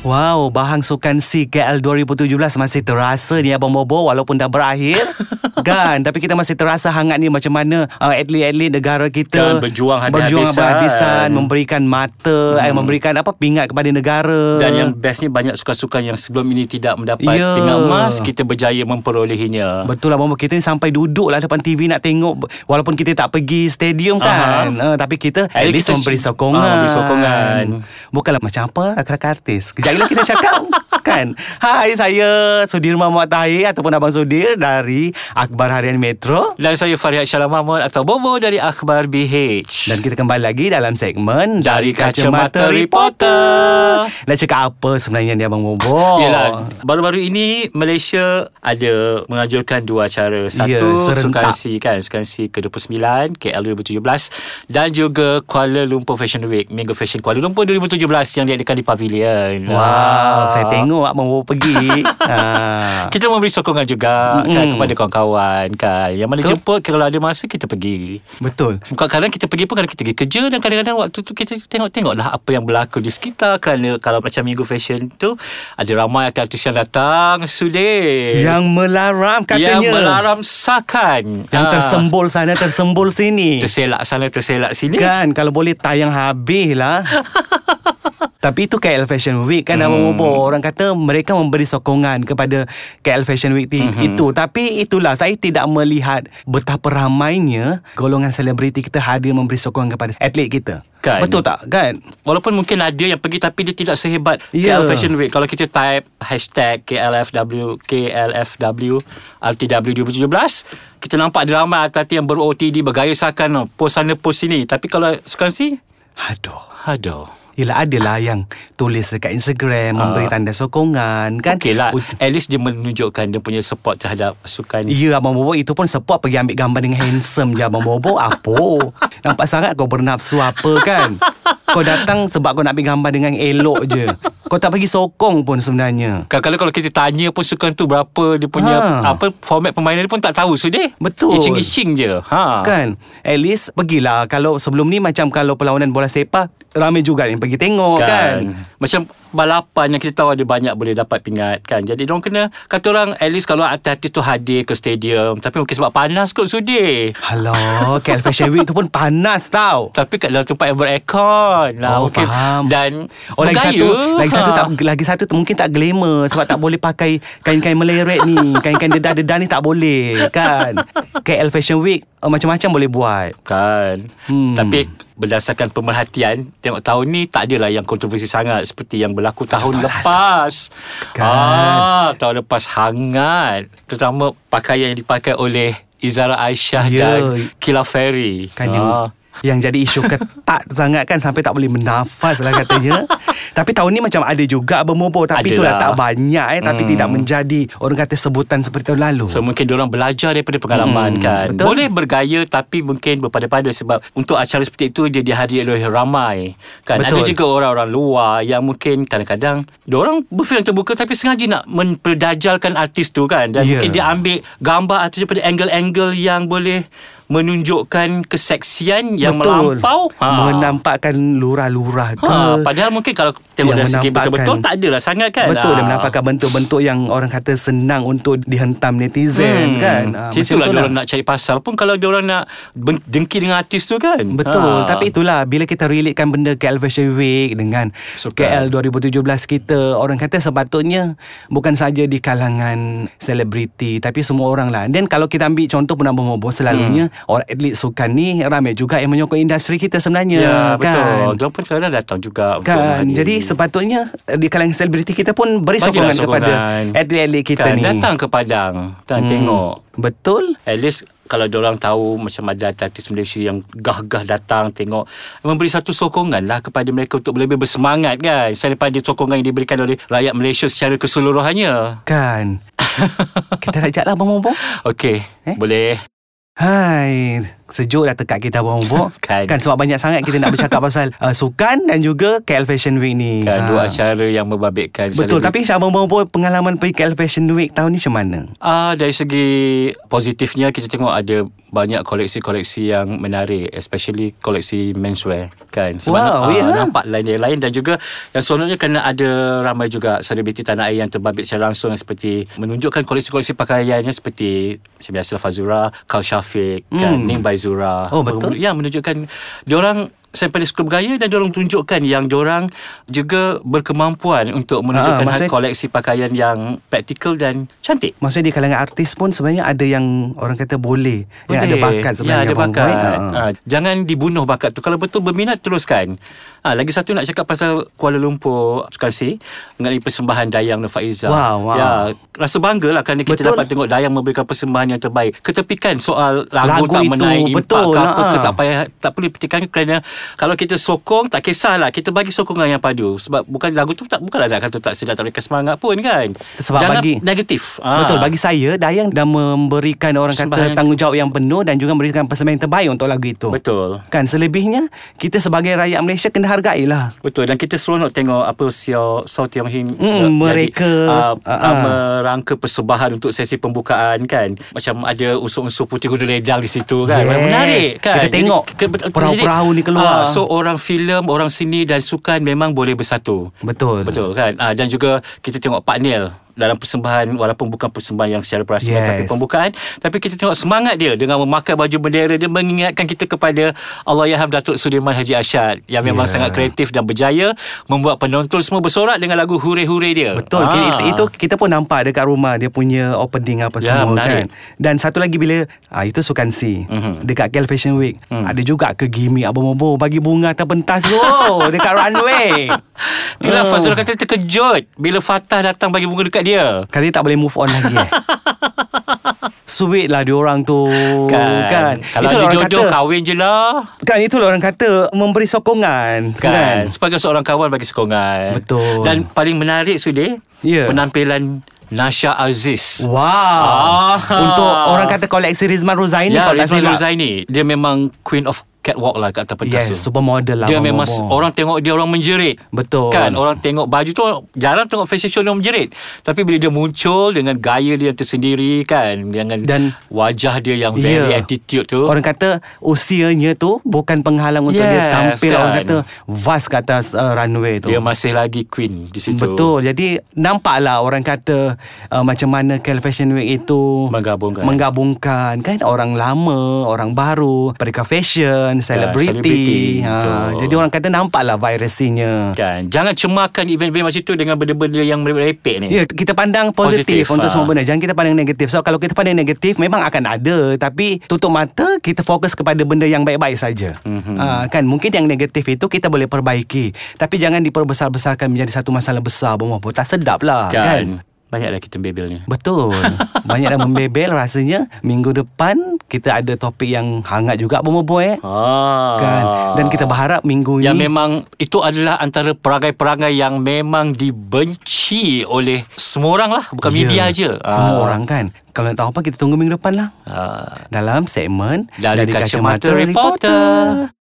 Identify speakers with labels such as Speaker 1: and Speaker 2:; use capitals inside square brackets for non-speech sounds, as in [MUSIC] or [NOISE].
Speaker 1: Wow, bahang sukan CKL 2017 masih terasa ni Abang Bobo walaupun dah
Speaker 2: [LAUGHS]
Speaker 1: berakhir. kan, tapi kita masih terasa hangat ni macam mana uh, atlet-atlet negara kita
Speaker 2: Kan, berjuang habis-habisan.
Speaker 1: berjuang habis-habisan, memberikan mata, hmm. eh, memberikan apa pingat kepada negara.
Speaker 2: Dan yang bestnya banyak sukan-sukan yang sebelum ini tidak
Speaker 1: Ya.
Speaker 2: mendapat yeah. pingat emas, kita berjaya memperolehinya.
Speaker 1: Betul lah Mama Kita ni sampai duduk lah Depan TV nak tengok Walaupun kita tak pergi stadium kan uh, Tapi kita At,
Speaker 2: At
Speaker 1: least
Speaker 2: least kita
Speaker 1: memberi
Speaker 2: s-
Speaker 1: sokongan
Speaker 2: ah, memberi sokongan.
Speaker 1: Bukanlah macam apa Rakan-rakan artis Kejap lagi kita cakap [LAUGHS] Kan Hai saya Sudirman Muhammad Tahir Ataupun Abang Sudir Dari Akhbar Harian Metro
Speaker 2: Dan saya Farihat Shalom Mahmud atau Bobo dari Akhbar BH.
Speaker 1: dan kita kembali lagi dalam segmen
Speaker 2: Dari Kacamata Reporter.
Speaker 1: Nak cakap apa sebenarnya ni Abang Bobo?
Speaker 2: Yelah, baru-baru ini Malaysia ada menganjurkan dua acara. Satu,
Speaker 1: Ya, serentak.
Speaker 2: Sukan C kan, Sukan C ke-29, KL 2017 dan juga Kuala Lumpur Fashion Week, Minggu Fashion Kuala Lumpur 2017 yang diadakan di Pavilion.
Speaker 1: Wow, saya
Speaker 2: Ah.
Speaker 1: tengok Abang Bobo
Speaker 2: [LAUGHS]
Speaker 1: pergi. ha.
Speaker 2: Kita memberi sokongan juga mm-hmm. kan
Speaker 1: Mm-mm.
Speaker 2: kepada kawan-kawan kan. Yang mana
Speaker 1: Betul.
Speaker 2: jemput kalau ada masa kita pergi.
Speaker 1: Betul.
Speaker 2: Kadang-kadang kita pergi pun kadang kita pergi kerja dan kadang-kadang waktu tu kita tengok-tengoklah apa yang berlaku di sekitar kerana kalau macam minggu fashion tu ada ramai artis yang datang sulit.
Speaker 1: Yang melarang katanya.
Speaker 2: yang melaram sakan.
Speaker 1: Yang
Speaker 2: Ah,
Speaker 1: tersembul sana [LAUGHS] Tersembul sini
Speaker 2: Terselak sana terselak sini.
Speaker 1: Kan Kalau boleh tayang habis [LAUGHS] lah Tapi itu KL Fashion Week kan hmm. Orang kata mereka memberi sokongan kepada KL Fashion Week hmm. itu Tapi itulah saya tidak melihat betapa ramainya Golongan selebriti kita hadir memberi sokongan kepada atlet kita
Speaker 2: Kan.
Speaker 1: Betul tak kan?
Speaker 2: Walaupun mungkin ada yang pergi tapi dia tidak sehebat
Speaker 1: Ya.
Speaker 2: yeah. KL Fashion Week. Kalau kita type hashtag KLFW, KLFW, RTW 2017, kita nampak ada ramai artis yang ber-OTD, bergaya sakan, post sana, post sini. Tapi kalau sekarang si,
Speaker 1: Aduh
Speaker 2: aduh.
Speaker 1: Yelah adalah yang tulis dekat Instagram Memberi tanda sokongan kan
Speaker 2: Okay lah,
Speaker 1: Ut-
Speaker 2: at least dia menunjukkan dia punya support terhadap sukan.
Speaker 1: Ya Abang Bobo itu pun support pergi ambil gambar dengan handsome je Abang Bobo Apa? Nampak sangat kau bernafsu apa kan? Kau datang sebab kau nak ambil gambar dengan elok je Kau tak pergi sokong pun sebenarnya
Speaker 2: Kadang-kadang kalau kita tanya pun sukan tu berapa dia punya
Speaker 1: Ha.
Speaker 2: apa format permainan dia pun tak tahu sudah.
Speaker 1: Betul.
Speaker 2: Icing-icing je. Ha.
Speaker 1: Kan At least pergilah Kalau sebelum ni Macam kalau perlawanan bola sepak Ramai juga yang pergi tengok kan, kan?
Speaker 2: Macam balapan yang kita tahu ada banyak boleh dapat pingat kan. Jadi orang kena kata orang at least kalau artis-artis tu hadir ke stadium tapi mungkin sebab panas kot sudi.
Speaker 1: Hello KL Fashion Week tu pun panas tau
Speaker 2: Tapi kat dalam tempat yang beraircon lah
Speaker 1: Oh,
Speaker 2: mungkin.
Speaker 1: faham.
Speaker 2: dan
Speaker 1: Oh lagi
Speaker 2: bergaya.
Speaker 1: satu Lagi satu
Speaker 2: Ha.
Speaker 1: tak, Lagi satu tu mungkin tak glamour Sebab tak boleh pakai Kain-kain meleret
Speaker 2: [LAUGHS]
Speaker 1: ni Kain-kain dedah-dedah ni tak boleh Kan KL Fashion Week uh, Macam-macam boleh buat
Speaker 2: Kan
Speaker 1: Hmm.
Speaker 2: hmm. Tapi berdasarkan pemerhatian Tengok tahun ni tak adalah yang kontroversi sangat Seperti yang berlaku tahun lepas
Speaker 1: lah. Kan.
Speaker 2: ah, Tahun lepas hangat Terutama pakaian yang dipakai oleh Izara Aisyah
Speaker 1: Ya.
Speaker 2: dan Kila Ferry Ah.
Speaker 1: Kan yang yang jadi
Speaker 2: [LAUGHS]
Speaker 1: isu ketat sangat kan Sampai tak boleh bernafas lah katanya Tapi tahun ni macam ada juga bermumpur Tapi itulah
Speaker 2: Adalah.
Speaker 1: tak banyak eh Tapi
Speaker 2: Hmm.
Speaker 1: tidak menjadi Orang kata sebutan seperti tahun lalu
Speaker 2: So mungkin orang belajar daripada pengalaman
Speaker 1: Hmm,
Speaker 2: hmm, kan.
Speaker 1: betul.
Speaker 2: Betul. Boleh bergaya tapi mungkin berpada-pada sebab untuk acara seperti itu dia dihadiri oleh ramai. Kan
Speaker 1: Betul.
Speaker 2: ada juga orang-orang luar yang mungkin kadang-kadang orang berfikiran terbuka tapi sengaja nak memperdajalkan artis tu kan
Speaker 1: Ya.
Speaker 2: dan yeah. mungkin dia ambil gambar artis daripada angle-angle yang boleh menunjukkan keseksian yang
Speaker 1: Betul.
Speaker 2: melampau.
Speaker 1: Menampakkan lurah-lurah ke
Speaker 2: Ha, padahal mungkin kalau tengok
Speaker 1: Yang
Speaker 2: dari
Speaker 1: Ya,
Speaker 2: segi
Speaker 1: menampakkan-
Speaker 2: betul-betul tak adalah sangat kan.
Speaker 1: Betul dia
Speaker 2: Ah.
Speaker 1: menampakkan bentuk-bentuk yang orang kata senang untuk dihentam netizen kan. Ah, macam
Speaker 2: Hmm.
Speaker 1: itulah.
Speaker 2: Situlah dia orang lah nak cari pasal pun kalau dia orang nak ben- dengki dengan artis tu kan.
Speaker 1: Betul
Speaker 2: Ha.
Speaker 1: Tapi itulah Bila kita relatekan benda KL Fashion Week Dengan
Speaker 2: Sukan.
Speaker 1: KL 2017 kita Orang kata sepatutnya Bukan saja di kalangan Selebriti Tapi semua orang lah Dan kalau kita ambil contoh Penambah Mobo Selalunya
Speaker 2: Hmm.
Speaker 1: Orang atlet sukan ni Ramai juga yang menyokong industri kita sebenarnya
Speaker 2: Ya,
Speaker 1: kan?
Speaker 2: betul. Dia pun kadang datang juga untuk
Speaker 1: Kan
Speaker 2: menghadiri.
Speaker 1: Jadi sepatutnya eh, Di kalangan selebriti kita pun Beri sokongan,
Speaker 2: Bagilah
Speaker 1: kepada Atlet-atlet kita
Speaker 2: kan,
Speaker 1: ni
Speaker 2: Datang ke Padang Dan hmm. tengok
Speaker 1: Betul
Speaker 2: At least kalau orang tahu macam ada artis Malaysia yang gah-gah datang tengok memberi satu sokongan lah kepada mereka untuk lebih bersemangat kan selain daripada sokongan yang diberikan oleh rakyat Malaysia secara keseluruhannya. [LAUGHS]
Speaker 1: Kan Kita rajaklah lah Abang Mobo
Speaker 2: Okey,
Speaker 1: Eh?
Speaker 2: boleh.
Speaker 1: Hai sejuk dah tekat kita abang
Speaker 2: [LAUGHS]
Speaker 1: bobo
Speaker 2: Kan.
Speaker 1: kan sebab banyak sangat kita nak bercakap
Speaker 2: [LAUGHS]
Speaker 1: pasal uh, sukan dan juga KL Fashion Week ni.
Speaker 2: Kan,
Speaker 1: Ha.
Speaker 2: dua acara yang membabitkan
Speaker 1: Betul
Speaker 2: selebriti.
Speaker 1: tapi Syabang Bobo pengalaman pergi KL Fashion Week tahun ni macam mana?
Speaker 2: Ah dari segi positifnya kita tengok ada banyak koleksi-koleksi yang menarik especially koleksi menswear kan
Speaker 1: Wow,
Speaker 2: ah,
Speaker 1: ya.
Speaker 2: nampak lain yang lain dan juga yang seronoknya kerana ada ramai juga selebriti tanah air yang terbabit secara langsung seperti menunjukkan koleksi-koleksi pakaiannya seperti macam biasa Fazura, Kal Syafiq kan
Speaker 1: Hmm.
Speaker 2: Ning Baizura
Speaker 1: Oh, betul.
Speaker 2: yang menunjukkan diorang sampai dia suka bergaya dan diorang tunjukkan yang diorang juga berkemampuan untuk
Speaker 1: Ah,
Speaker 2: menunjukkan
Speaker 1: maksud-
Speaker 2: koleksi pakaian yang praktikal dan cantik
Speaker 1: Maksudnya di kalangan artis pun sebenarnya ada yang orang kata boleh, yang ada
Speaker 2: Boleh.
Speaker 1: bakat sebenarnya.
Speaker 2: Ya, ada
Speaker 1: Abang
Speaker 2: bakat.
Speaker 1: Boy.
Speaker 2: Ha.
Speaker 1: Ha.
Speaker 2: jangan dibunuh bakat tu. Kalau betul berminat, teruskan. Ha, lagi satu nak cakap pasal Kuala Lumpur Sukansi mengenai persembahan Dayang Nur Faiza.
Speaker 1: Wow, wow.
Speaker 2: Ya, rasa bangga lah kerana kita
Speaker 1: Betul.
Speaker 2: dapat tengok Dayang memberikan persembahan yang terbaik. Ketepikan soal lagu,
Speaker 1: Lagu
Speaker 2: tak
Speaker 1: itu,
Speaker 2: menaik
Speaker 1: betul,
Speaker 2: impak ke apa
Speaker 1: ha.
Speaker 2: ke, tak payah, tak perlu petikan kerana kalau kita sokong, tak kisahlah. Kita bagi sokongan yang padu. Sebab bukan lagu tu tak bukanlah nak kata tak sedap, tak mereka semangat pun kan.
Speaker 1: Sebab
Speaker 2: jangan
Speaker 1: bagi-
Speaker 2: negatif. Ha.
Speaker 1: Betul bagi saya Dayang dah memberikan orang
Speaker 2: Persembahan-
Speaker 1: kata tanggungjawab yang penuh dan juga memberikan persembahan yang terbaik untuk lagu itu.
Speaker 2: Betul.
Speaker 1: Kan selebihnya kita sebagai rakyat Malaysia kena hargailah.
Speaker 2: Betul dan kita seronok tengok apa Xiao Sao Tiong Hin
Speaker 1: Mm, mereka,
Speaker 2: uh,
Speaker 1: ah,
Speaker 2: uh,
Speaker 1: ah.
Speaker 2: merangka persembahan untuk sesi pembukaan kan macam ada unsur-unsur putih guna ledang di situ kan
Speaker 1: Yes.
Speaker 2: menarik kan
Speaker 1: Kita tengok perahu-perahu ni keluar.
Speaker 2: uh, so orang filem orang seni dan sukan memang boleh bersatu
Speaker 1: Betul.
Speaker 2: betul kan uh, dan juga kita tengok Pak Neil dalam persembahan walaupun bukan persembahan yang secara perasmian
Speaker 1: Yes.
Speaker 2: tapi pembukaan tapi kita tengok semangat dia dengan memakai baju bendera dia mengingatkan kita kepada Allahyarham Datuk Sudirman Haji Ashad yang memang
Speaker 1: Ya.
Speaker 2: sangat kreatif dan berjaya membuat penonton semua bersorak dengan lagu hure-hure dia
Speaker 1: Betul.
Speaker 2: Ah.
Speaker 1: Ha. Itu, itu kita pun nampak dekat rumah dia punya opening apa ya,
Speaker 2: Ya,
Speaker 1: semua
Speaker 2: menarik.
Speaker 1: menarik. kan. Dan satu lagi bila ah itu sukan si
Speaker 2: Mhm. Hmm.
Speaker 1: mm-hmm. dekat KL Fashion Week. Mm. Ada juga ke gimmick abang bobo bagi bunga atau pentas tu dekat runway.
Speaker 2: [LAUGHS] Itulah
Speaker 1: Oh.
Speaker 2: Fazrul kata terkejut Bila Fatah datang bagi bunga dekat dia
Speaker 1: Katanya tak boleh move on lagi
Speaker 2: [LAUGHS]
Speaker 1: eh. Sweet lah diorang tu
Speaker 2: Kan,
Speaker 1: kan. Itulah
Speaker 2: Kalau ada
Speaker 1: orang
Speaker 2: jodoh
Speaker 1: kata,
Speaker 2: kahwin je lah
Speaker 1: Kan itulah orang kata Memberi sokongan
Speaker 2: Kan.
Speaker 1: Kan,
Speaker 2: Sebagai seorang kawan bagi sokongan.
Speaker 1: Betul.
Speaker 2: Dan paling menarik Sudir,
Speaker 1: Ya. Oh,
Speaker 2: penampilan Nasha Aziz.
Speaker 1: Wow
Speaker 2: Ah.
Speaker 1: Untuk orang kata koleksi Rizman Ruzaini
Speaker 2: ya,
Speaker 1: kalau tak
Speaker 2: Rizal
Speaker 1: silap.
Speaker 2: Ruzaini. Dia memang queen of catwalk lah kat atas pentas
Speaker 1: Yes,
Speaker 2: tu.
Speaker 1: supermodel lah
Speaker 2: Dia
Speaker 1: Abang
Speaker 2: memang
Speaker 1: Bobo.
Speaker 2: orang tengok dia orang menjerit.
Speaker 1: Betul.
Speaker 2: Kan orang tengok baju tu jarang tengok fashion show dia orang menjerit. Tapi bila dia muncul dengan gaya dia tersendiri kan dengan
Speaker 1: Dan-
Speaker 2: wajah dia yang very
Speaker 1: Ya.
Speaker 2: attitude tu.
Speaker 1: Orang kata usianya tu bukan penghalang untuk dia
Speaker 2: Yes,
Speaker 1: tampil
Speaker 2: kan.
Speaker 1: orang kata vast ke atas uh, runway tu.
Speaker 2: dia masih lagi queen di situ.
Speaker 1: Betul. Jadi nampaklah orang kata uh, macam mana KL Fashion Week itu
Speaker 2: Menggabungkan.
Speaker 1: menggabungkan kan orang lama, orang baru, mereka fashion,
Speaker 2: selebriti.
Speaker 1: selebriti.
Speaker 2: Ya, Betul.
Speaker 1: Ha, jadi orang kata nampaklah virusinya.
Speaker 2: Kan. Jangan cemarkan event-event macam tu dengan benda-benda yang merepek ni.
Speaker 1: Ya, kita pandang positif,
Speaker 2: Positif,
Speaker 1: untuk
Speaker 2: ah.
Speaker 1: semua benda. Jangan kita pandang negatif. So kalau kita pandang negatif memang akan ada, tapi tutup mata kita fokus kepada benda yang baik-baik saja.
Speaker 2: Mhm.
Speaker 1: Mm-hmm. kan mungkin yang negatif itu kita boleh perbaiki, tapi jangan diperbesar-besarkan menjadi satu masalah besar. Bomoh, tak sedap lah kan. kan?
Speaker 2: kan. Banyaklah kita bebelnya. [LAUGHS]
Speaker 1: Betul. Banyak dah membebel rasanya. Minggu depan kita ada topik yang hangat juga bomoh eh.
Speaker 2: Ah.
Speaker 1: Kan. Dan kita berharap minggu
Speaker 2: yang
Speaker 1: ni
Speaker 2: memang itu adalah antara perangai-perangai yang memang dibenci oleh semua orang lah bukan
Speaker 1: Ya,
Speaker 2: media je
Speaker 1: Semua orang kan. Kalau nak tahu apa kita tunggu minggu depan lah.
Speaker 2: Ah.
Speaker 1: Dalam segmen
Speaker 2: Dari Kacamata Reporter.